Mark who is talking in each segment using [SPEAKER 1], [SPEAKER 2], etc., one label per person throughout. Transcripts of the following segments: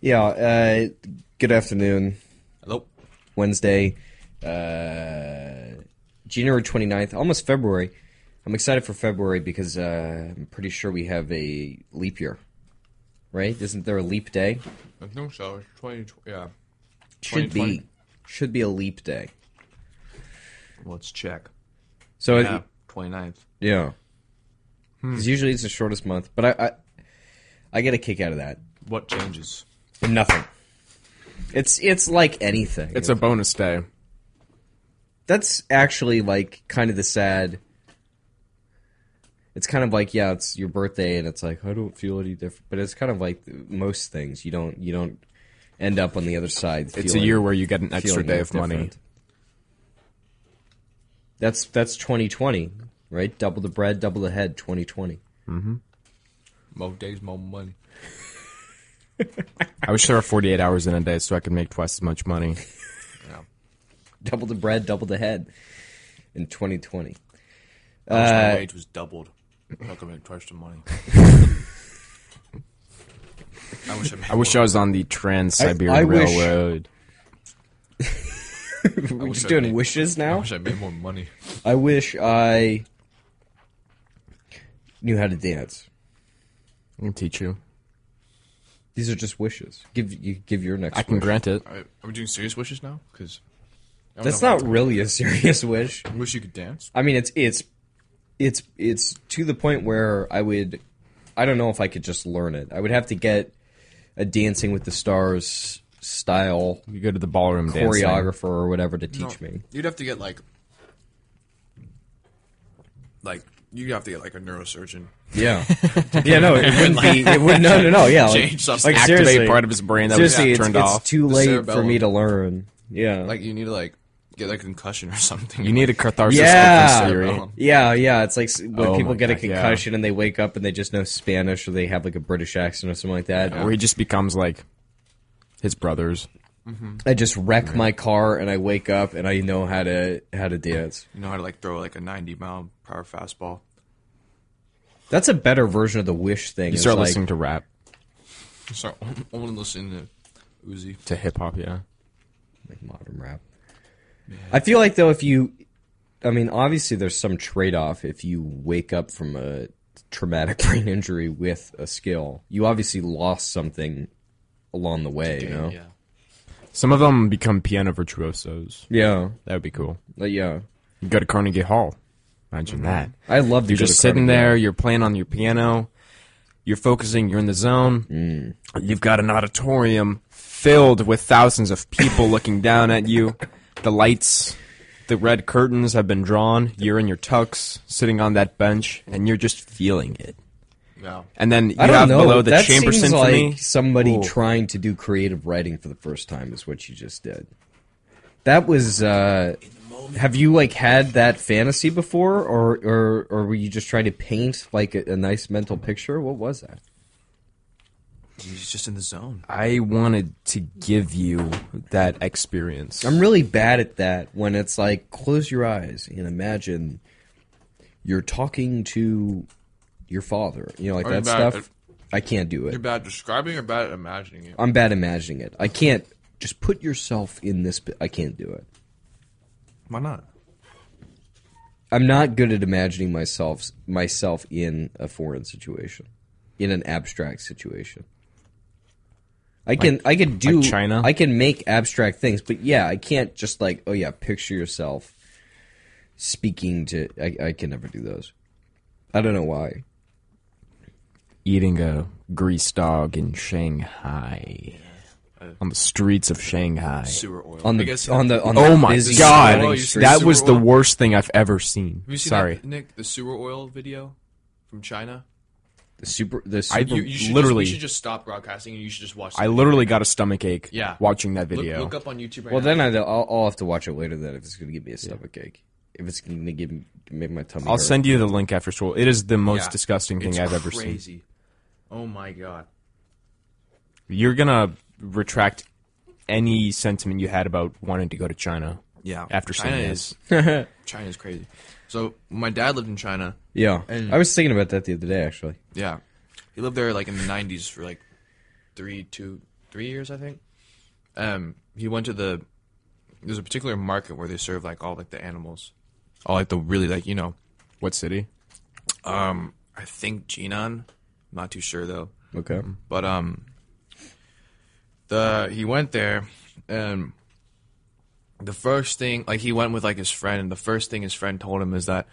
[SPEAKER 1] Yeah, uh, good afternoon.
[SPEAKER 2] Hello.
[SPEAKER 1] Wednesday, uh, January 29th, almost February. I'm excited for February because uh, I'm pretty sure we have a leap year, right? Isn't there a leap day?
[SPEAKER 2] I think so. It's 20, yeah.
[SPEAKER 1] Should be.
[SPEAKER 2] 2020.
[SPEAKER 1] Should be a leap day.
[SPEAKER 2] Let's check.
[SPEAKER 1] So, it-
[SPEAKER 2] Yeah, 29th.
[SPEAKER 1] yeah. Because usually it's the shortest month, but I, I, I get a kick out of that.
[SPEAKER 2] What changes?
[SPEAKER 1] Nothing. It's it's like anything.
[SPEAKER 3] It's a bonus day.
[SPEAKER 1] that's actually like kind of the sad it's kind of like yeah it's your birthday and it's like i don't feel any different but it's kind of like most things you don't you don't end up on the other side
[SPEAKER 3] It's
[SPEAKER 1] feeling-
[SPEAKER 3] a year where you get an extra
[SPEAKER 1] feeling
[SPEAKER 3] day of money.
[SPEAKER 1] different. that's that's 2020 right double the bread double the head 2020
[SPEAKER 2] More days, more money.
[SPEAKER 3] I wish there were 48 hours in a day so I could make twice as much money.
[SPEAKER 2] Yeah.
[SPEAKER 1] double the bread double the head in 2020
[SPEAKER 2] I wish my wage was doubled. I could make twice the money. I wish I, made
[SPEAKER 3] I wish I was on the Trans
[SPEAKER 1] I
[SPEAKER 3] Siberian
[SPEAKER 1] wish-
[SPEAKER 3] Railroad.
[SPEAKER 1] we're
[SPEAKER 2] wish
[SPEAKER 1] just
[SPEAKER 2] I
[SPEAKER 1] doing
[SPEAKER 2] made-
[SPEAKER 1] wishes
[SPEAKER 2] I
[SPEAKER 1] now
[SPEAKER 2] wish I made more money.
[SPEAKER 1] I wish I knew how to dance.
[SPEAKER 3] I can teach you.
[SPEAKER 1] These are just wishes. Give you give your next.
[SPEAKER 3] I can
[SPEAKER 1] wish.
[SPEAKER 3] grant it.
[SPEAKER 2] I, are we doing serious wishes now? Because
[SPEAKER 1] That's not really a serious wish.
[SPEAKER 2] Wish you could dance.
[SPEAKER 1] I mean, it's it's it's it's to the point where I would. I don't know if I could just learn it. I would have to get a Dancing with the Stars style
[SPEAKER 3] You go to the ballroom dancing.
[SPEAKER 1] choreographer or whatever to teach me.
[SPEAKER 2] You'd have to get like, like you'd have to get like a neurosurgeon.
[SPEAKER 1] Yeah, yeah. No, it wouldn't be. It would, no, no, no. Yeah, like,
[SPEAKER 2] Change something.
[SPEAKER 1] like
[SPEAKER 3] Activate
[SPEAKER 1] seriously,
[SPEAKER 3] part of his brain that was
[SPEAKER 1] seriously, it's,
[SPEAKER 3] turned
[SPEAKER 1] it's
[SPEAKER 3] off.
[SPEAKER 1] too
[SPEAKER 2] The
[SPEAKER 1] late for
[SPEAKER 2] cerebellum.
[SPEAKER 1] me to learn. Yeah,
[SPEAKER 2] Like you need to like get like a concussion or something.
[SPEAKER 3] you need a catharsis
[SPEAKER 1] Yeah.
[SPEAKER 3] open theory.
[SPEAKER 2] Cerebellum.
[SPEAKER 1] Yeah, yeah. It's like s- when
[SPEAKER 3] Oh
[SPEAKER 1] people
[SPEAKER 3] my
[SPEAKER 1] get a
[SPEAKER 3] God, yeah.
[SPEAKER 1] concussion and they wake up and they just know Spanish or they have like a British accent or something like that.
[SPEAKER 3] Where he just becomes like his brothers.
[SPEAKER 1] I just wreck my car and I wake up and I know how to how to dance.
[SPEAKER 2] You know how to like throw like a 90 mile per hour fastball.
[SPEAKER 1] That's a better version of the wish thing.
[SPEAKER 3] You
[SPEAKER 1] It's
[SPEAKER 3] start
[SPEAKER 1] like,
[SPEAKER 3] listening to rap,
[SPEAKER 2] So only listening to Uzi.
[SPEAKER 3] to hip hop, yeah.
[SPEAKER 1] like modern rap. I feel like though if you, I mean, obviously there's some trade off if you wake up from a traumatic brain injury with a skill. You obviously lost something along the way. You know?
[SPEAKER 2] Yeah.
[SPEAKER 3] Some of them become piano virtuosos.
[SPEAKER 1] Yeah.
[SPEAKER 3] That would be cool.
[SPEAKER 1] Like, yeah.
[SPEAKER 3] You go to Carnegie Hall. Imagine that.
[SPEAKER 1] I love to
[SPEAKER 3] You're
[SPEAKER 1] go to
[SPEAKER 3] just sitting
[SPEAKER 1] Carnegie Hall.
[SPEAKER 3] there, you're playing on your piano, you're focusing, you're in the zone.
[SPEAKER 1] Mm.
[SPEAKER 3] You've got an auditorium filled with thousands of people looking down at you. The lights, the red curtains have been drawn. You're in your tux, sitting on that bench, and you're just feeling it.
[SPEAKER 2] Yeah.
[SPEAKER 3] And then you
[SPEAKER 1] I don't
[SPEAKER 3] have
[SPEAKER 1] know.
[SPEAKER 3] below the
[SPEAKER 1] that
[SPEAKER 3] chamber
[SPEAKER 1] seems
[SPEAKER 3] symphony.
[SPEAKER 1] like somebody
[SPEAKER 3] Ooh.
[SPEAKER 1] trying to do creative writing for the first time is what you just did. That was. Uh, have you like had that fantasy before, or or or were you just trying to paint like a, a nice mental picture? What was that?
[SPEAKER 2] He's just in the zone.
[SPEAKER 3] I wanted to give you that experience.
[SPEAKER 1] I'm really bad at that when it's like close your eyes and imagine you're talking to your father. You know, like
[SPEAKER 2] Are you
[SPEAKER 1] that
[SPEAKER 2] bad
[SPEAKER 1] stuff. I can't do it.
[SPEAKER 2] You're bad at describing or bad at imagining it.
[SPEAKER 1] I'm bad imagining it. I can't just put yourself in this. bi- I can't do it.
[SPEAKER 2] Why not?
[SPEAKER 1] I'm not good at imagining myself myself in a foreign situation, in an abstract situation. I can I can do
[SPEAKER 3] like China?
[SPEAKER 1] I can make abstract things, but yeah, I can't just like oh yeah, picture yourself speaking to. I, I can never do those. I don't know why.
[SPEAKER 3] eating a grease dog in Shanghai. On the streets of Shanghai.
[SPEAKER 2] Sewer oil.
[SPEAKER 1] On
[SPEAKER 2] I
[SPEAKER 1] the
[SPEAKER 2] guess,
[SPEAKER 1] on the on
[SPEAKER 3] Oh
[SPEAKER 1] the
[SPEAKER 3] my
[SPEAKER 1] busy
[SPEAKER 3] god!
[SPEAKER 2] Oh,
[SPEAKER 1] morning
[SPEAKER 2] you
[SPEAKER 1] street-
[SPEAKER 2] see
[SPEAKER 3] That
[SPEAKER 2] sewer
[SPEAKER 3] was the
[SPEAKER 2] oil?
[SPEAKER 3] worst thing I've ever seen.
[SPEAKER 2] Have you seen
[SPEAKER 3] Sorry.
[SPEAKER 2] that, Nick, the sewer oil video from China?
[SPEAKER 1] the super the
[SPEAKER 3] I-
[SPEAKER 1] super
[SPEAKER 2] You, you should
[SPEAKER 3] Literally.
[SPEAKER 2] Just, you should just stop broadcasting and you should just watch.
[SPEAKER 3] I literally got a stomach ache
[SPEAKER 2] Yeah.
[SPEAKER 3] watching that
[SPEAKER 2] look,
[SPEAKER 3] video.
[SPEAKER 2] look up on YouTube right
[SPEAKER 1] Well,
[SPEAKER 2] now.
[SPEAKER 1] then I, I'll, I'll have to watch it later. Then if it's gonna give me a stomachache, if it's gonna give me make my tummy.
[SPEAKER 3] I'll
[SPEAKER 1] hurt.
[SPEAKER 3] send you the link after school. It is the most
[SPEAKER 2] Yeah.
[SPEAKER 3] disgusting thing
[SPEAKER 2] It's
[SPEAKER 3] I've ever seen.
[SPEAKER 2] crazy. Oh my god.
[SPEAKER 3] You're gonna retract any sentiment you had about wanting to go to China
[SPEAKER 2] Yeah.
[SPEAKER 3] after
[SPEAKER 2] China
[SPEAKER 3] seeing
[SPEAKER 2] is
[SPEAKER 3] this.
[SPEAKER 2] China's crazy. So my dad lived in China.
[SPEAKER 1] Yeah,
[SPEAKER 2] And-
[SPEAKER 1] I was thinking about that the other day actually.
[SPEAKER 2] Yeah. He lived there like in the 90s for like three, two, three years, I think. Um, he went to the there's a particular market where they serve like all like the animals, all like the really like you know,
[SPEAKER 3] What city?
[SPEAKER 2] um, I think Jinan, not too sure though,
[SPEAKER 1] Okay.
[SPEAKER 2] but um, the he went there and the first thing like he went with like his friend and the first thing his friend told him is that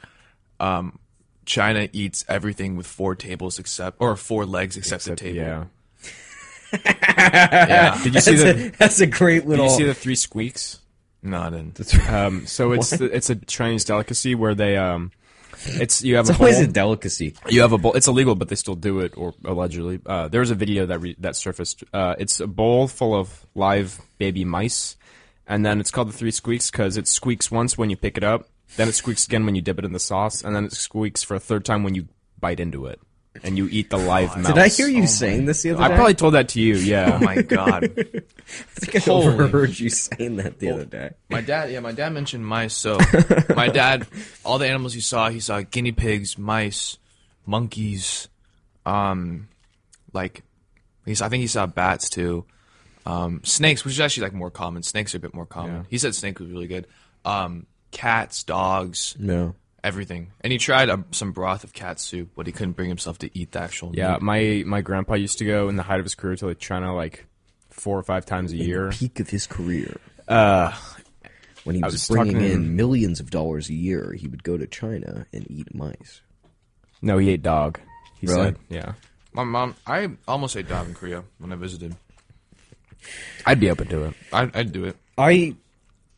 [SPEAKER 2] um, China eats everything with four tables except or four legs except, the table.
[SPEAKER 3] Yeah.
[SPEAKER 2] yeah.
[SPEAKER 3] Did you see
[SPEAKER 1] That's a,
[SPEAKER 3] the?
[SPEAKER 1] that's a great
[SPEAKER 3] Did
[SPEAKER 1] little.
[SPEAKER 3] you see the three squeaks?
[SPEAKER 2] No, I didn't.
[SPEAKER 3] Um, so it's the, it's a Chinese delicacy where they um, it's you have a
[SPEAKER 1] it's always
[SPEAKER 3] bowl-
[SPEAKER 1] a delicacy.
[SPEAKER 3] You have a bowl. It's illegal, but they still do it, or allegedly. Uh, there was a video that re- that surfaced. Uh, it's a bowl full of live baby mice, and then it's called the three squeaks because it squeaks once when you pick it up, then it squeaks again when you dip it in the sauce, and then it squeaks for a third time when you bite into it and you eat the live mouse.
[SPEAKER 1] Did I hear you saying this the other
[SPEAKER 3] I
[SPEAKER 1] day?
[SPEAKER 3] probably told that to you. Yeah.
[SPEAKER 2] Oh my god.
[SPEAKER 1] I think I
[SPEAKER 2] Holy-
[SPEAKER 1] overheard you saying that the other day.
[SPEAKER 2] My dad, yeah, my dad mentioned mice. So my dad, all the animals he saw, he saw guinea pigs, mice, monkeys, um, like he's. I think he saw bats too, um, snakes, which is actually like more common. Snakes are a bit more common. He said snake was really good. Um, cats, dogs,
[SPEAKER 1] No.
[SPEAKER 2] everything. And he tried um, some broth of cat soup, but he couldn't bring himself to eat the actual.
[SPEAKER 3] Yeah,
[SPEAKER 2] meat.
[SPEAKER 3] my my grandpa used to go in the height of his career to like China like four or five times a year.
[SPEAKER 1] Peak of his career.
[SPEAKER 3] Uh,
[SPEAKER 1] When he was,
[SPEAKER 3] was
[SPEAKER 1] bringing
[SPEAKER 3] talking-
[SPEAKER 1] in millions of dollars a year, he would go to China and eat mice.
[SPEAKER 3] no, he ate dog. He
[SPEAKER 1] Really?
[SPEAKER 3] said, "Yeah,
[SPEAKER 2] my mom. I almost ate dog in Korea when I visited.
[SPEAKER 3] I'd be open to it."
[SPEAKER 2] I, I'd do it.
[SPEAKER 1] I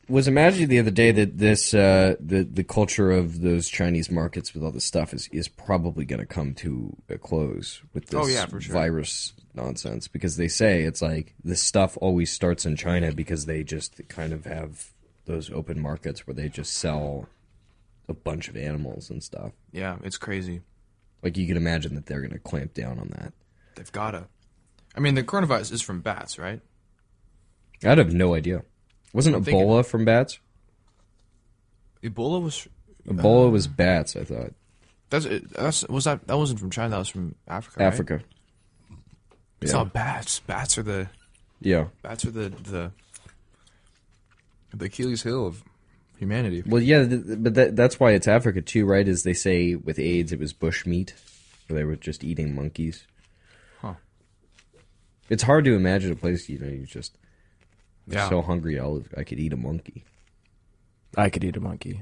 [SPEAKER 1] was imagining the other day that this uh, the the culture of those Chinese markets with all this stuff is is probably going to come to a close with this
[SPEAKER 2] Oh, yeah, for sure.
[SPEAKER 1] virus nonsense because they say it's like this stuff always starts in China because they just kind of have those open markets where they just sell a bunch of animals and stuff.
[SPEAKER 2] Yeah, it's crazy.
[SPEAKER 1] Like you can imagine that they're going to clamp down on that.
[SPEAKER 2] They've gotta. I mean, the coronavirus is from bats, right?
[SPEAKER 1] I'd have no idea. Wasn't
[SPEAKER 2] I'm thinking-
[SPEAKER 1] Ebola from bats?
[SPEAKER 2] Ebola was.
[SPEAKER 1] Ebola
[SPEAKER 2] Uh,
[SPEAKER 1] was bats, I thought.
[SPEAKER 2] That's that's was that that wasn't from China. That was from Africa. right?
[SPEAKER 1] Africa.
[SPEAKER 2] It's
[SPEAKER 1] yeah.
[SPEAKER 2] not bats. Bats are the
[SPEAKER 1] Yeah.
[SPEAKER 2] bats are the the the Achilles heel of humanity.
[SPEAKER 1] Well, yeah, th- th- but that, that's why it's Africa too, right? Is they say with AIDS it was bush meat, where they were just eating monkeys.
[SPEAKER 2] Huh.
[SPEAKER 1] It's hard to imagine a place you know you're just
[SPEAKER 2] Yeah,
[SPEAKER 1] so hungry. I'll, I could eat a monkey.
[SPEAKER 3] I could eat a monkey.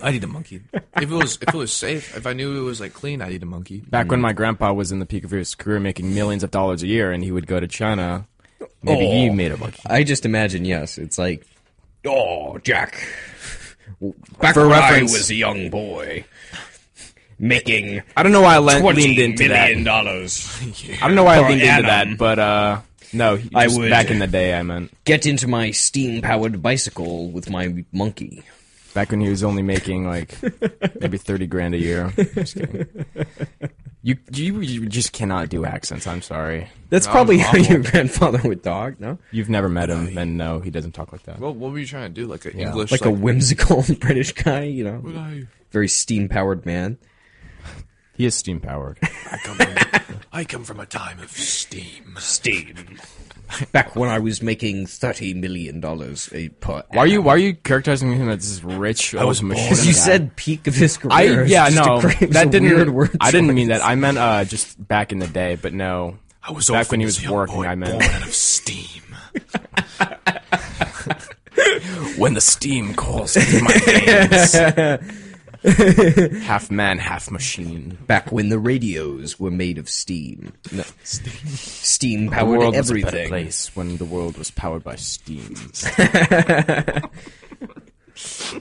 [SPEAKER 2] I'd eat a monkey if it was if it was safe. If I knew it was like clean, I'd eat a monkey.
[SPEAKER 3] Back when my grandpa was in the peak of his career, making millions of dollars a year, and he would go to China, maybe he made a monkey.
[SPEAKER 1] I just imagine. Yes, it's like, oh, Jack. Back
[SPEAKER 3] For
[SPEAKER 1] when I
[SPEAKER 3] reference-
[SPEAKER 1] was a young boy, making
[SPEAKER 3] I don't know why I le-
[SPEAKER 1] twenty
[SPEAKER 3] leaned into that.
[SPEAKER 1] million dollars.
[SPEAKER 3] I don't know why I
[SPEAKER 1] per
[SPEAKER 3] leaned into
[SPEAKER 1] annum.
[SPEAKER 3] that, but uh, no, he-
[SPEAKER 1] I
[SPEAKER 3] just
[SPEAKER 1] would-
[SPEAKER 3] back in the day, I meant
[SPEAKER 1] Get into my steam-powered bicycle with my monkey.
[SPEAKER 3] back when he was only making like maybe thirty grand a year. Just kidding. You, you you just cannot do accents. I'm sorry.
[SPEAKER 1] That's
[SPEAKER 2] That was
[SPEAKER 1] probably how
[SPEAKER 2] awful.
[SPEAKER 1] your grandfather would talk, no?
[SPEAKER 3] You've never met him, and no, he doesn't talk like that.
[SPEAKER 2] Well, what were you trying to do? Like an
[SPEAKER 3] Yeah.
[SPEAKER 2] English,
[SPEAKER 1] Like a whimsical British guy, you know?
[SPEAKER 2] I,
[SPEAKER 1] Very steam powered man.
[SPEAKER 3] He is steam powered.
[SPEAKER 2] I come from, I come from a time of steam.
[SPEAKER 1] Steam. Back when I was making $30 million a per
[SPEAKER 3] Why are you why are you characterizing him as this rich? I
[SPEAKER 2] was born in
[SPEAKER 1] Because you said peak of his
[SPEAKER 3] I
[SPEAKER 1] career. It's
[SPEAKER 3] yeah
[SPEAKER 1] just a
[SPEAKER 3] no
[SPEAKER 1] great- it was
[SPEAKER 3] that
[SPEAKER 1] a
[SPEAKER 3] didn't
[SPEAKER 1] weird word
[SPEAKER 3] I didn't
[SPEAKER 1] choice.
[SPEAKER 3] mean that. I meant uh just back in the day, but no.
[SPEAKER 2] I was
[SPEAKER 3] Back
[SPEAKER 2] off
[SPEAKER 3] when he
[SPEAKER 2] as a
[SPEAKER 3] was
[SPEAKER 2] young
[SPEAKER 3] working,
[SPEAKER 2] boy
[SPEAKER 3] I meant-
[SPEAKER 2] born out of steam.
[SPEAKER 3] When the steam calls through my veins. half man, half machine.
[SPEAKER 1] Back when the radios were made of steam. No. Steam
[SPEAKER 3] The
[SPEAKER 1] powered
[SPEAKER 3] world was a better
[SPEAKER 1] everything.
[SPEAKER 3] place when the world was powered by steam.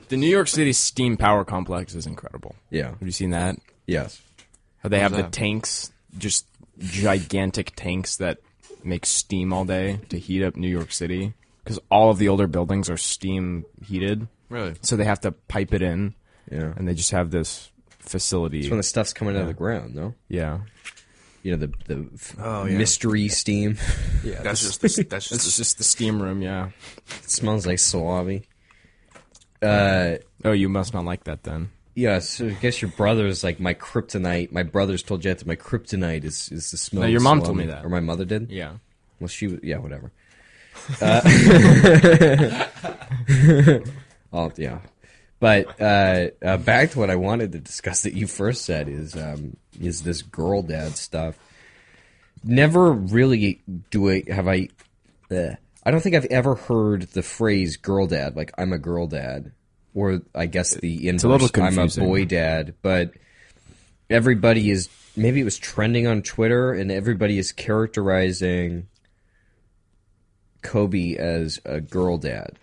[SPEAKER 3] the New York City steam power complex is incredible.
[SPEAKER 1] Yeah.
[SPEAKER 3] Have you seen that?
[SPEAKER 1] Yes.
[SPEAKER 3] How they have the
[SPEAKER 2] that?
[SPEAKER 3] tanks, just gigantic tanks that make steam all day to heat up New York City because all of the older buildings are steam heated,
[SPEAKER 2] Really?
[SPEAKER 3] so they have to pipe it in,
[SPEAKER 1] Yeah.
[SPEAKER 3] and they just have this facility.
[SPEAKER 1] When the stuff's coming out of the ground, no?
[SPEAKER 3] yeah,
[SPEAKER 1] You know, the, the f-
[SPEAKER 2] Oh, yeah.
[SPEAKER 1] mystery steam.
[SPEAKER 3] yeah.
[SPEAKER 2] That's just the, that's just the
[SPEAKER 3] it's just the steam room. Yeah.
[SPEAKER 1] it smells like salami. Uh,.
[SPEAKER 3] Oh, you must not like that then.
[SPEAKER 1] Yeah, so I guess your brother's like my kryptonite. My brother's told you that my kryptonite is, is the smell.
[SPEAKER 3] No,
[SPEAKER 1] of
[SPEAKER 3] your mom
[SPEAKER 1] salami.
[SPEAKER 3] told me that.
[SPEAKER 1] or my mother did.
[SPEAKER 3] Yeah.
[SPEAKER 1] Well, she was. Yeah, whatever. Uh, oh yeah, but uh, uh, back to what I wanted to discuss that you first said is um, is this girl dad stuff. Never really do I have I. Uh, I don't think I've ever heard the phrase "girl dad." Like I'm a girl dad, or I guess the inverse.
[SPEAKER 3] a little
[SPEAKER 1] I'm a
[SPEAKER 3] confusing.
[SPEAKER 1] boy dad, but everybody is maybe it was trending on Twitter and everybody is characterizing Kobe as a girl dad.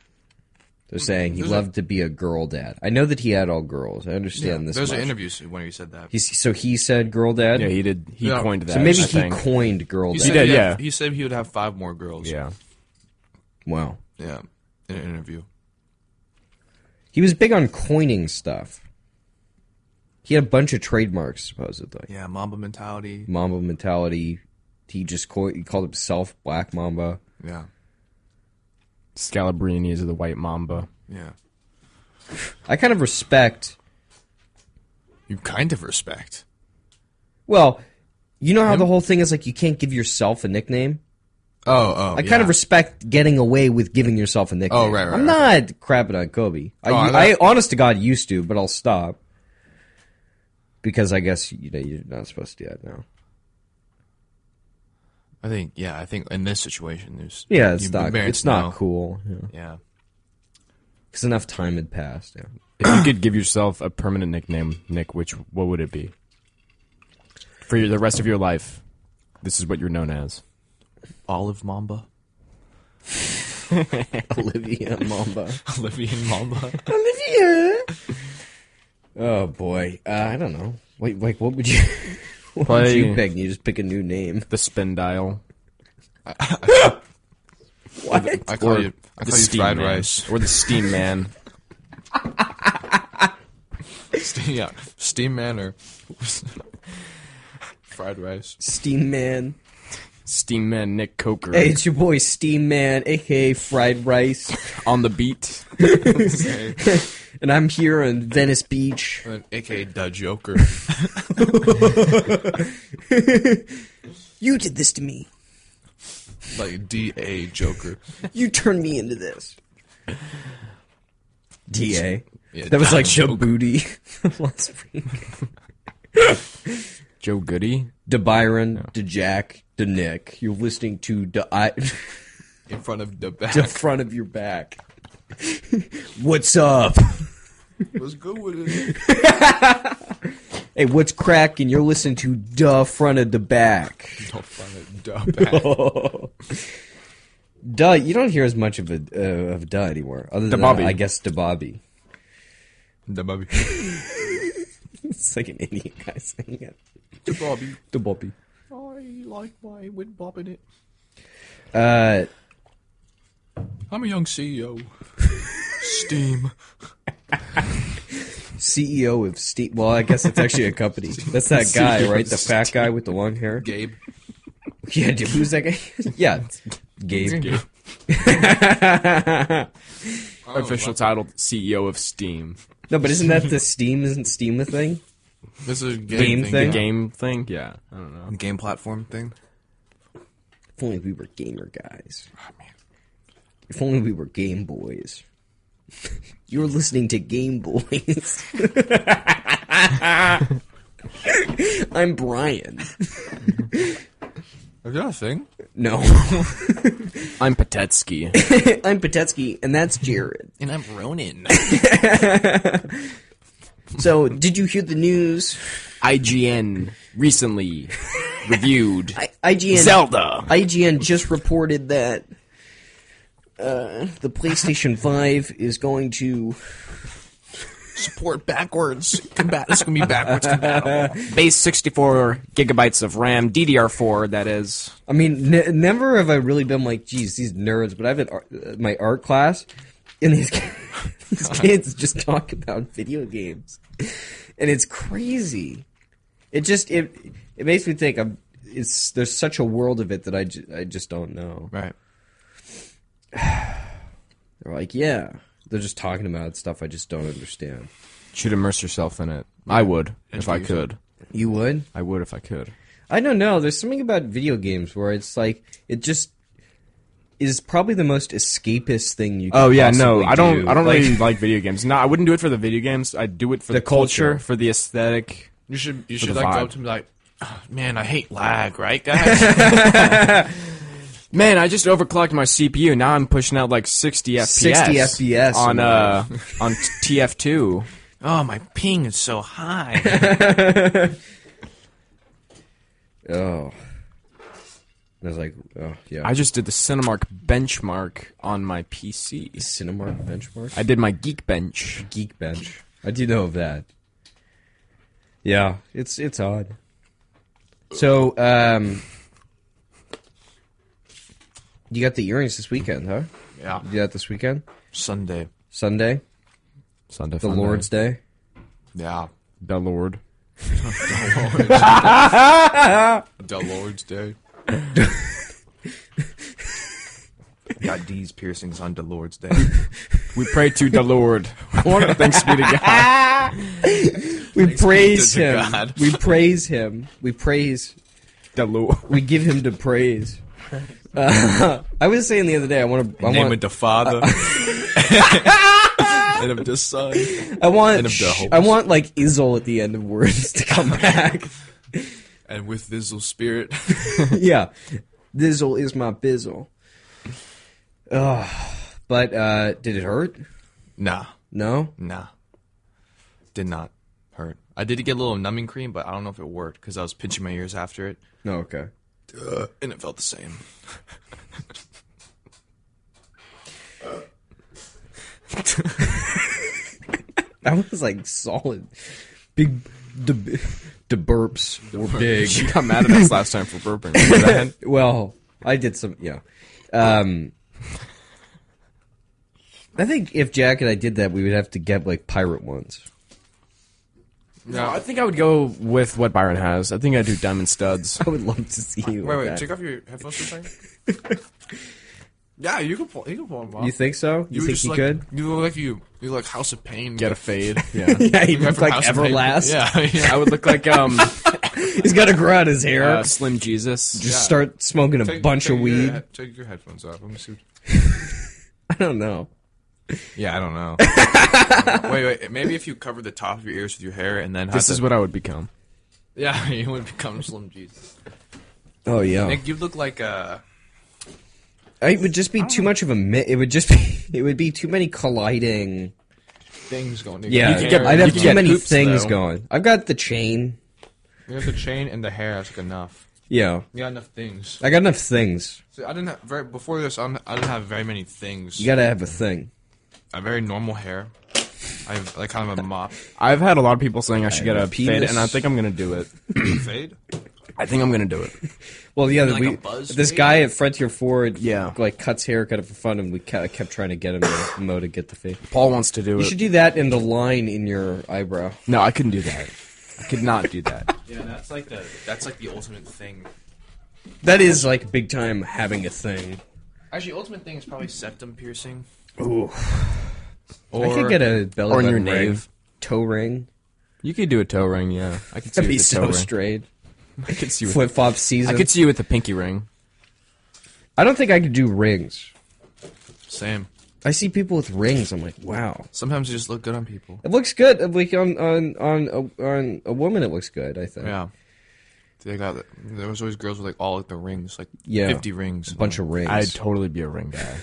[SPEAKER 1] They're saying he
[SPEAKER 2] There's a-
[SPEAKER 1] loved to be a girl dad. I know that he had all girls. I understand this.
[SPEAKER 2] Those
[SPEAKER 1] much.
[SPEAKER 2] are interviews when you said that.
[SPEAKER 1] He's, so he said girl dad.
[SPEAKER 3] Yeah, he did. He
[SPEAKER 2] Yeah.
[SPEAKER 3] coined that.
[SPEAKER 1] so maybe
[SPEAKER 3] I
[SPEAKER 1] he
[SPEAKER 3] think.
[SPEAKER 1] coined girl
[SPEAKER 2] He
[SPEAKER 1] dad.
[SPEAKER 2] said,
[SPEAKER 3] did,
[SPEAKER 2] he had-
[SPEAKER 3] yeah.
[SPEAKER 2] he said he would have five more girls.
[SPEAKER 3] Yeah.
[SPEAKER 1] Wow.
[SPEAKER 2] Yeah. In an interview.
[SPEAKER 1] He was big on coining stuff. He had a bunch of trademarks supposedly.
[SPEAKER 2] Yeah, Mamba mentality.
[SPEAKER 1] Mamba mentality. He just coi- he called himself Black Mamba.
[SPEAKER 2] Yeah.
[SPEAKER 3] Scalabrini is the white mamba.
[SPEAKER 2] Yeah.
[SPEAKER 1] I kind of respect
[SPEAKER 2] You kind of respect.
[SPEAKER 1] Well, you know how the whole thing is like you can't give yourself a nickname?
[SPEAKER 2] Oh, oh.
[SPEAKER 1] I kind of respect getting away with giving yourself a nickname.
[SPEAKER 2] Oh, right, right,
[SPEAKER 1] I'm not crapping on Kobe. I,
[SPEAKER 2] Oh, I
[SPEAKER 1] I,
[SPEAKER 2] thought-
[SPEAKER 1] honest to God, used to, but I'll stop. Because I guess, you know, you're not supposed to do that now.
[SPEAKER 2] I think yeah, I think in this situation there's
[SPEAKER 1] Yeah, it's
[SPEAKER 2] you-
[SPEAKER 1] not,
[SPEAKER 2] parents
[SPEAKER 1] it's not
[SPEAKER 2] know.
[SPEAKER 1] cool.
[SPEAKER 2] Yeah.
[SPEAKER 1] Because enough time had passed. Yeah.
[SPEAKER 3] If you could give yourself a permanent nickname, Nick, which what would it be? For your, the rest of your life, this is what you're known as.
[SPEAKER 2] Olive Mamba.
[SPEAKER 1] Olivia Mamba.
[SPEAKER 2] Olivian Mamba.
[SPEAKER 1] Olivia! Oh, boy. Uh, I don't know. Wait, wait, what would you. What would
[SPEAKER 3] Play-
[SPEAKER 1] you pick? You just pick a new name.
[SPEAKER 3] The spin dial.
[SPEAKER 1] What?
[SPEAKER 2] I call you I
[SPEAKER 3] the
[SPEAKER 2] call you fried
[SPEAKER 3] man.
[SPEAKER 2] rice.
[SPEAKER 3] Or the steam man.
[SPEAKER 2] Steam, yeah. Steam man or fried rice.
[SPEAKER 1] Steam Man.
[SPEAKER 3] steam man Nick Coker.
[SPEAKER 1] Hey, it's your boy Steam Man, aka Fried Rice,
[SPEAKER 3] On the beat.
[SPEAKER 2] Okay.
[SPEAKER 1] and I'm here in Venice Beach.
[SPEAKER 2] And then AKA the Joker.
[SPEAKER 1] You did this to me.
[SPEAKER 2] like D A Joker.
[SPEAKER 1] You turned me into this. DA.
[SPEAKER 2] Yeah,
[SPEAKER 1] That was
[SPEAKER 2] Da
[SPEAKER 1] like
[SPEAKER 2] Joker.
[SPEAKER 1] Djibouti last week.
[SPEAKER 3] Joe Goody.
[SPEAKER 1] De Byron, De Jack, De Nick. You're listening to De I
[SPEAKER 2] in front of the back.
[SPEAKER 1] De Front of Your Back. what's up?
[SPEAKER 2] What's good with it?
[SPEAKER 1] Hey, what's cracking? You're listening to De Front of the Back.
[SPEAKER 2] Don't front of the back.
[SPEAKER 1] Duh, you don't hear as much of a uh, of duh anymore. Other than uh,
[SPEAKER 3] Dabobby.
[SPEAKER 1] I guess Dabobby.
[SPEAKER 2] The Bobby.
[SPEAKER 1] It's like an idiot guy saying it.
[SPEAKER 2] The Bobby.
[SPEAKER 1] Dabobby.
[SPEAKER 2] I like my win bobbing it.
[SPEAKER 1] Uh,
[SPEAKER 2] I'm a young CEO. Steam.
[SPEAKER 1] CEO E of Steam. Well, I guess it's actually a company. That's that guy,
[SPEAKER 2] CEO
[SPEAKER 1] right?
[SPEAKER 2] of
[SPEAKER 1] The fat guy with the long hair.
[SPEAKER 2] Gabe.
[SPEAKER 1] Yeah, dude, who's that guy? yeah, it's Gabe.
[SPEAKER 2] Oh,
[SPEAKER 3] Official title CEO of Steam.
[SPEAKER 1] No, but isn't that the Steam? Isn't Steam a thing?
[SPEAKER 2] This is a game,
[SPEAKER 1] Game thing?
[SPEAKER 2] yeah.
[SPEAKER 3] Game thing? Yeah. I don't know.
[SPEAKER 2] The game platform thing.
[SPEAKER 1] If only we were gamer guys.
[SPEAKER 2] Oh, man.
[SPEAKER 1] If only we were Game Boys. You're listening to Game Boys. I'm Brian.
[SPEAKER 2] Is that a thing?
[SPEAKER 1] No,
[SPEAKER 3] I'm Patetsky.
[SPEAKER 1] I'm Patetsky, and that's Jared.
[SPEAKER 2] And I'm Ronin.
[SPEAKER 1] So, did you hear the news?
[SPEAKER 3] IGN recently reviewed
[SPEAKER 1] I- IGN.
[SPEAKER 3] Zelda.
[SPEAKER 1] IGN just reported that uh, the PlayStation 5 is going to.
[SPEAKER 2] Support backwards. Combat. This is gonna be backwards compatible.
[SPEAKER 3] Base 64 gigabytes of RAM, DDR4, that is.
[SPEAKER 1] I mean, ne- never have I really been like, geez, these nerds, but I've had ar- uh, my art class, and these, these kids just talk about video games. And it's crazy. It just, it, it makes me think, I'm, it's, there's such a world of it that I, ju- I just don't know.
[SPEAKER 2] Right.
[SPEAKER 1] They're like, yeah. They're just talking about stuff I just don't understand.
[SPEAKER 3] Should immerse yourself in it. I would, if I
[SPEAKER 2] Educate yourself.
[SPEAKER 3] could.
[SPEAKER 1] You would?
[SPEAKER 3] I would if I could.
[SPEAKER 1] I don't know. There's something about video games where it's like it just is probably the most escapist thing you. Can
[SPEAKER 3] Oh yeah,
[SPEAKER 1] possibly
[SPEAKER 3] no, I don't.
[SPEAKER 1] do.
[SPEAKER 3] I don't
[SPEAKER 1] Like,
[SPEAKER 3] really like video games. No, I wouldn't do it for the video games. I do it for the,
[SPEAKER 1] culture.
[SPEAKER 3] for the aesthetic.
[SPEAKER 2] You should you
[SPEAKER 3] For
[SPEAKER 2] should
[SPEAKER 3] the
[SPEAKER 2] like go
[SPEAKER 3] vibe.
[SPEAKER 2] up to me like, "Oh, man, I hate lag, right, guys?
[SPEAKER 3] Man, I just overclocked my CPU. Now I'm pushing out like 60 FPS.
[SPEAKER 1] 60 FPS,
[SPEAKER 3] on
[SPEAKER 1] man.
[SPEAKER 3] uh on t- TF2.
[SPEAKER 2] oh, my ping is so high.
[SPEAKER 1] Oh. I was like, oh yeah.
[SPEAKER 3] I just did the Cinemark benchmark on my PC.
[SPEAKER 1] Cinemark benchmark.
[SPEAKER 3] I did my Geekbench.
[SPEAKER 1] Geek Bench. I do know of that. Yeah, it's it's odd. So, um, you got the earrings this weekend, huh?
[SPEAKER 2] yeah,
[SPEAKER 1] You got this weekend,
[SPEAKER 2] Sunday,
[SPEAKER 1] Sunday,
[SPEAKER 3] Sunday.
[SPEAKER 1] the Lord's Day.
[SPEAKER 2] yeah,
[SPEAKER 3] The Lord.
[SPEAKER 2] the Lord's Day. Got these piercings on the Lord's Day.
[SPEAKER 3] We pray to the Lord. Thanks be to God.
[SPEAKER 1] We praise
[SPEAKER 2] to
[SPEAKER 1] him.
[SPEAKER 2] God.
[SPEAKER 1] We praise him. We praise.
[SPEAKER 3] The Lord.
[SPEAKER 1] We give him to praise. Uh, I was saying the other day, I want to. I
[SPEAKER 2] Name
[SPEAKER 1] want,
[SPEAKER 2] of the Father and of the Son.
[SPEAKER 1] I want.
[SPEAKER 2] of the
[SPEAKER 1] sh-
[SPEAKER 2] hopes.
[SPEAKER 1] I want like Izzel at the end of words to come back.
[SPEAKER 2] And with Thizzle Spirit.
[SPEAKER 1] yeah. Dizzle is my bizzle. Ugh. But uh, did it hurt?
[SPEAKER 2] nah,
[SPEAKER 1] No.
[SPEAKER 2] nah. Did not hurt. I did get a little numbing cream, but I don't know if it worked because I was pinching my ears after it.
[SPEAKER 1] No. Okay.
[SPEAKER 2] Uh, and it felt the same.
[SPEAKER 1] That was like solid. Big. The the burps were big.
[SPEAKER 3] You got mad at us last time for burping. Remember that?
[SPEAKER 1] Well, I did some. Yeah. Um. I think if Jack and I did that, we would have to get like pirate ones.
[SPEAKER 3] I think I would go with what Byron has. I think I do diamond studs.
[SPEAKER 1] I would love to see you.
[SPEAKER 2] Wait,
[SPEAKER 1] with
[SPEAKER 2] wait,
[SPEAKER 1] that.
[SPEAKER 2] take off your headphones for a second. yeah, you can pull, you can pull them off.
[SPEAKER 1] You think so? You,
[SPEAKER 2] were
[SPEAKER 1] think
[SPEAKER 2] just
[SPEAKER 1] you
[SPEAKER 2] like,
[SPEAKER 1] could?
[SPEAKER 2] You look like you, you look like House of Pain.
[SPEAKER 3] Get a fade. Yeah.
[SPEAKER 1] Yeah, he
[SPEAKER 2] You guy
[SPEAKER 1] looks
[SPEAKER 2] from
[SPEAKER 1] like
[SPEAKER 2] House of Pain.
[SPEAKER 1] Everlast.
[SPEAKER 2] Yeah, yeah.
[SPEAKER 3] I would look like um
[SPEAKER 1] He's got to grow out his hair.
[SPEAKER 3] uh, Slim Jesus.
[SPEAKER 1] just
[SPEAKER 2] yeah.
[SPEAKER 1] start smoking a
[SPEAKER 2] Take-
[SPEAKER 1] bunch
[SPEAKER 2] take
[SPEAKER 1] of weed.
[SPEAKER 2] Your, take your headphones off. Let me see. what-
[SPEAKER 1] I don't know.
[SPEAKER 2] Yeah, I don't know. wait, wait. Maybe if you cover the top of your ears with your hair and then have
[SPEAKER 3] this
[SPEAKER 2] the-
[SPEAKER 3] is what I would become.
[SPEAKER 2] Yeah, you would become Slim Jesus.
[SPEAKER 1] Oh yeah,
[SPEAKER 2] Nick, you look like uh, a.
[SPEAKER 1] it would just be too much of a. Mi- it would just be. It would be too many colliding.
[SPEAKER 2] Things going. together.
[SPEAKER 1] Yeah,
[SPEAKER 3] You could get-
[SPEAKER 1] I'd
[SPEAKER 3] you
[SPEAKER 1] have
[SPEAKER 3] could
[SPEAKER 1] too
[SPEAKER 3] get
[SPEAKER 1] many
[SPEAKER 3] poops,
[SPEAKER 1] things
[SPEAKER 3] though.
[SPEAKER 1] going. I've got the chain.
[SPEAKER 2] You have the chain and the hair. That's like enough.
[SPEAKER 1] Yeah,
[SPEAKER 2] You got enough things.
[SPEAKER 1] I got enough things.
[SPEAKER 2] See, I didn't have very before this. I'm, I didn't have very many things.
[SPEAKER 1] You gotta have a thing.
[SPEAKER 2] I have very normal hair. I have like kind of a mop
[SPEAKER 3] I've had a lot of people saying I should get
[SPEAKER 1] have
[SPEAKER 3] a
[SPEAKER 1] a
[SPEAKER 3] fade,
[SPEAKER 1] penis.
[SPEAKER 3] and I think I'm gonna do it.
[SPEAKER 2] fade.
[SPEAKER 3] I think I'm gonna do it.
[SPEAKER 1] Well, yeah,
[SPEAKER 2] Like a
[SPEAKER 1] we,
[SPEAKER 2] buzz
[SPEAKER 1] this
[SPEAKER 2] fade?
[SPEAKER 1] guy at Frontier Ford,
[SPEAKER 3] Yeah.
[SPEAKER 1] like cuts hair kind of for fun, and we ca- kept trying to get him to Mo to get the fade.
[SPEAKER 3] Paul wants to do
[SPEAKER 1] You
[SPEAKER 3] it.
[SPEAKER 1] should do that in the line in your eyebrow.
[SPEAKER 3] No, I couldn't do that. I could not do that.
[SPEAKER 2] Yeah, that's like the that's like the ultimate thing.
[SPEAKER 1] That is like big time having a thing.
[SPEAKER 2] Actually, ultimate thing is probably septum piercing.
[SPEAKER 1] Ooh,
[SPEAKER 2] Or,
[SPEAKER 1] I could get a belly
[SPEAKER 3] or in your
[SPEAKER 1] button ring,
[SPEAKER 3] nave.
[SPEAKER 1] toe ring.
[SPEAKER 3] You could do a toe ring, yeah. I could see
[SPEAKER 1] That'd
[SPEAKER 3] you
[SPEAKER 1] be
[SPEAKER 3] with a toe
[SPEAKER 1] so
[SPEAKER 3] ring.
[SPEAKER 1] straight.
[SPEAKER 3] I could see you with,
[SPEAKER 1] Flip flop season.
[SPEAKER 3] I could see you with a pinky ring.
[SPEAKER 1] I don't think I could do rings.
[SPEAKER 2] Same.
[SPEAKER 1] I see people with rings. I'm like, wow,
[SPEAKER 2] Sometimes you just look good on people.
[SPEAKER 1] it looks good. Like on on on a, on a woman, it looks good. I think.
[SPEAKER 2] Yeah. They got there was always girls with like all like the rings, like
[SPEAKER 1] Yeah.
[SPEAKER 2] fifty rings.
[SPEAKER 1] A bunch of rings.
[SPEAKER 3] I'd totally be a ring guy.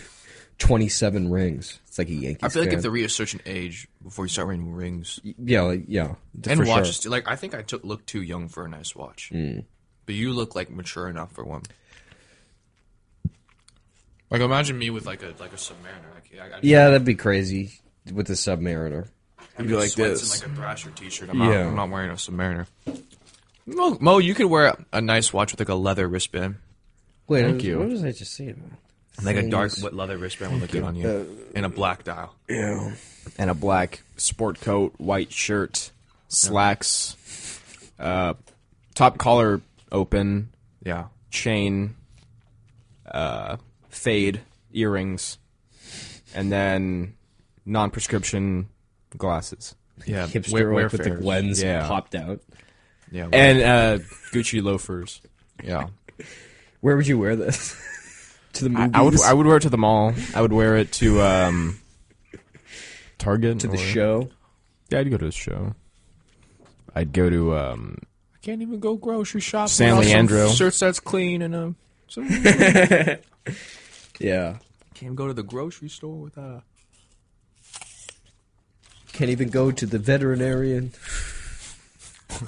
[SPEAKER 1] Twenty-seven rings. It's like a Yankees.
[SPEAKER 2] I feel like
[SPEAKER 1] fan.
[SPEAKER 2] if they research an age before you start wearing rings
[SPEAKER 1] yeah, like, yeah, d-
[SPEAKER 2] and
[SPEAKER 1] for sure.
[SPEAKER 2] watches, too. like I think I took look too young for a nice watch,
[SPEAKER 3] Mm.
[SPEAKER 2] but you look like mature enough for one. Like imagine me with like a like a submariner. Like, I, I,
[SPEAKER 1] Yeah, that'd be crazy with the Submariner.
[SPEAKER 2] I'd
[SPEAKER 3] be like this.
[SPEAKER 2] like a Thrasher T-shirt. I'm,
[SPEAKER 1] Yeah.
[SPEAKER 2] not, I'm not wearing a submariner. Mo, Mo, you could wear a nice watch with like a leather wristband,
[SPEAKER 1] Wait,
[SPEAKER 3] Thank
[SPEAKER 1] what,
[SPEAKER 3] you.
[SPEAKER 1] What was I just saying? About?
[SPEAKER 2] like a dark
[SPEAKER 1] Things.
[SPEAKER 2] wet leather wristband would look good on you,
[SPEAKER 1] Uh,
[SPEAKER 2] and a black dial.
[SPEAKER 1] Yeah.
[SPEAKER 3] and a black sport coat, white shirt, slacks, uh, top collar open,
[SPEAKER 2] Yeah,
[SPEAKER 3] chain, uh, fade, earrings, and then non-prescription glasses.
[SPEAKER 2] yeah.
[SPEAKER 1] Hipster
[SPEAKER 2] wear-
[SPEAKER 1] like, with the
[SPEAKER 2] wearfares.
[SPEAKER 1] lens
[SPEAKER 3] Yeah.
[SPEAKER 1] popped out.
[SPEAKER 2] Yeah,
[SPEAKER 3] And uh, Gucci loafers.
[SPEAKER 2] yeah.
[SPEAKER 1] Where would you wear this? to the
[SPEAKER 3] I,
[SPEAKER 1] movies,
[SPEAKER 3] I would I would wear it to the mall. I would wear it to um, Target.
[SPEAKER 1] to the
[SPEAKER 3] or-
[SPEAKER 1] show.
[SPEAKER 3] Yeah, I'd go to the show. I'd go to um,
[SPEAKER 2] I can't even go grocery shopping.
[SPEAKER 3] San
[SPEAKER 2] without some
[SPEAKER 3] Leandro.
[SPEAKER 2] Shirts that's clean and um. Some,
[SPEAKER 1] Yeah,
[SPEAKER 2] can't go to the grocery store uh, without
[SPEAKER 1] can't even go to the veterinarian.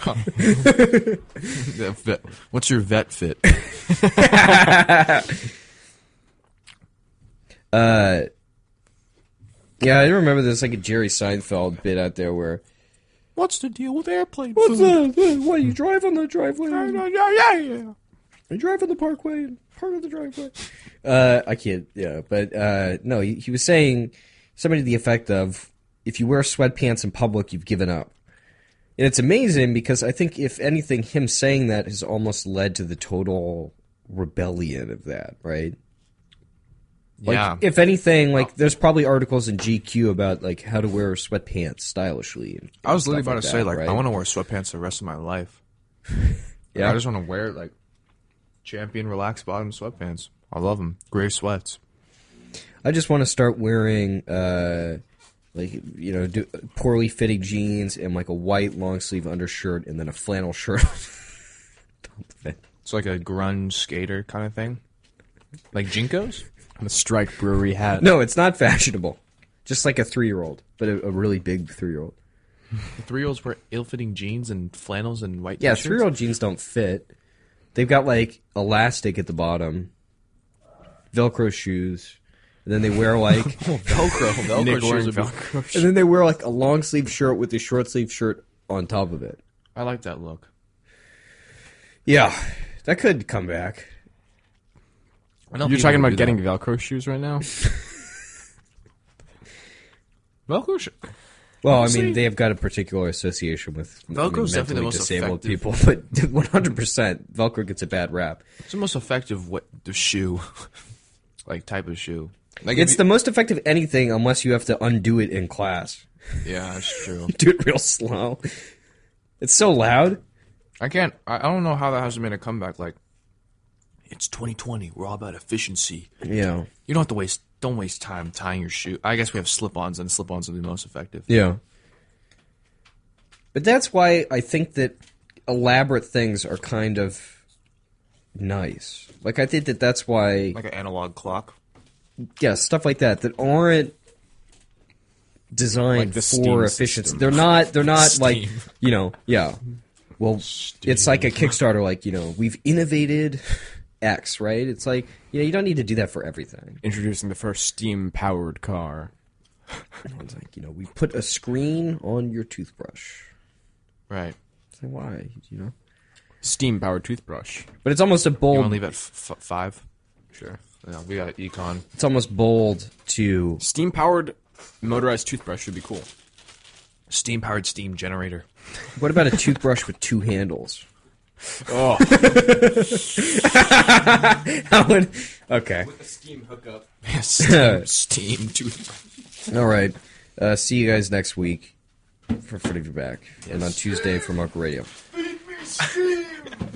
[SPEAKER 2] a vet. What's your vet fit?
[SPEAKER 1] Uh, yeah, I remember there's like a Jerry Seinfeld bit out there where
[SPEAKER 2] What's the deal with airplane
[SPEAKER 1] what's
[SPEAKER 2] food?
[SPEAKER 1] the, the what you drive on the driveway? and-
[SPEAKER 2] Yeah, yeah, yeah.
[SPEAKER 1] I drive on the parkway and part of the driveway. Uh, I can't, yeah, but uh, no, he, he was saying something to the effect of if you wear sweatpants in public, you've given up. And it's amazing because I think, if anything, him saying that has almost led to the total rebellion of that, right? Like,
[SPEAKER 2] yeah.
[SPEAKER 1] if anything, like, there's probably articles in GQ about, like, how to wear sweatpants stylishly. And
[SPEAKER 2] I was literally
[SPEAKER 1] stuff
[SPEAKER 2] about to say
[SPEAKER 1] that,
[SPEAKER 2] like
[SPEAKER 1] right?
[SPEAKER 2] I want to wear sweatpants the rest of my life.
[SPEAKER 1] Yeah.
[SPEAKER 2] I just want to wear like champion relaxed bottom sweatpants. I love them. Gray sweats.
[SPEAKER 1] I just want to start wearing, uh, like you know, do, poorly fitting jeans and like a white long sleeve undershirt and then a flannel shirt.
[SPEAKER 2] It's like a grunge skater kind of thing. Like Jinkos?
[SPEAKER 3] I'm a Strike Brewery hat.
[SPEAKER 1] no, it's not fashionable. Just like a three year old, but a, a really big three year old.
[SPEAKER 2] The three year olds wear ill fitting jeans and flannels and white
[SPEAKER 1] Yeah,
[SPEAKER 2] t-shirts.
[SPEAKER 1] three year old jeans don't fit. They've got like elastic at the bottom, Velcro shoes, and then they wear like,
[SPEAKER 2] Velcro. Velcro
[SPEAKER 3] Nick
[SPEAKER 2] shoes
[SPEAKER 3] wearing
[SPEAKER 2] would be-
[SPEAKER 3] Velcro.
[SPEAKER 1] and then they wear like a long sleeve shirt with a short sleeve shirt on top of it.
[SPEAKER 2] I like that look.
[SPEAKER 1] Yeah, that could come back.
[SPEAKER 2] I know
[SPEAKER 3] You're
[SPEAKER 2] people
[SPEAKER 3] talking
[SPEAKER 2] who
[SPEAKER 3] about
[SPEAKER 2] do that.
[SPEAKER 3] getting Velcro shoes right now?
[SPEAKER 2] Velcro shoes.
[SPEAKER 1] Well, I
[SPEAKER 2] Honestly-
[SPEAKER 1] mean, they have got a particular association with I mean,
[SPEAKER 2] Velcro's definitely the
[SPEAKER 1] mentally
[SPEAKER 2] most
[SPEAKER 1] disabled
[SPEAKER 2] effective.
[SPEAKER 1] people, but 100% Velcro gets a bad rap.
[SPEAKER 2] It's the most effective what the shoe. like type of shoe. Like
[SPEAKER 1] It's
[SPEAKER 2] if
[SPEAKER 1] the most effective anything unless you have to undo it in class.
[SPEAKER 2] you- Yeah, that's true.
[SPEAKER 1] Do it real slow. It's so loud.
[SPEAKER 2] I can't. I, I don't know how that hasn't made a comeback. Like, it's 2020. We're all about efficiency.
[SPEAKER 1] Yeah.
[SPEAKER 2] You don't have to waste. Don't waste time tying your shoe. I guess we have slip-ons, and slip-ons are the most effective.
[SPEAKER 1] Yeah. But that's why I think that elaborate things are kind of nice. Like, I think that that's why.
[SPEAKER 2] Like an analog clock.
[SPEAKER 1] yeah, stuff like that that aren't designed
[SPEAKER 3] Like
[SPEAKER 1] for
[SPEAKER 3] the Steam
[SPEAKER 1] efficiency.
[SPEAKER 3] system.
[SPEAKER 1] They're not. They're not like
[SPEAKER 2] Steam.
[SPEAKER 1] you know. Yeah. Well, it's like a Kickstarter. Like you know, we've innovated X. Right. It's like you know, you don't need to do that for everything.
[SPEAKER 3] Introducing the first steam-powered car.
[SPEAKER 1] It's like you know, we put a screen on your toothbrush.
[SPEAKER 2] Right.
[SPEAKER 1] It's like why you know.
[SPEAKER 3] Steam-powered toothbrush.
[SPEAKER 1] But it's almost a
[SPEAKER 2] You want to
[SPEAKER 1] bold.
[SPEAKER 2] leave at f- f- five? Sure. Yeah, we got econ.
[SPEAKER 1] It's almost bold to.
[SPEAKER 3] Steam-powered motorized toothbrush would be cool.
[SPEAKER 2] Steam-powered steam generator.
[SPEAKER 1] What about a toothbrush with two handles?
[SPEAKER 3] Oh,
[SPEAKER 1] Alan. Okay.
[SPEAKER 3] with a steam hookup.
[SPEAKER 2] steam, steam toothbrush.
[SPEAKER 1] All right. Uh, see you guys next week for Freddy Back and on Tuesday for Mark Radio.
[SPEAKER 3] Steam.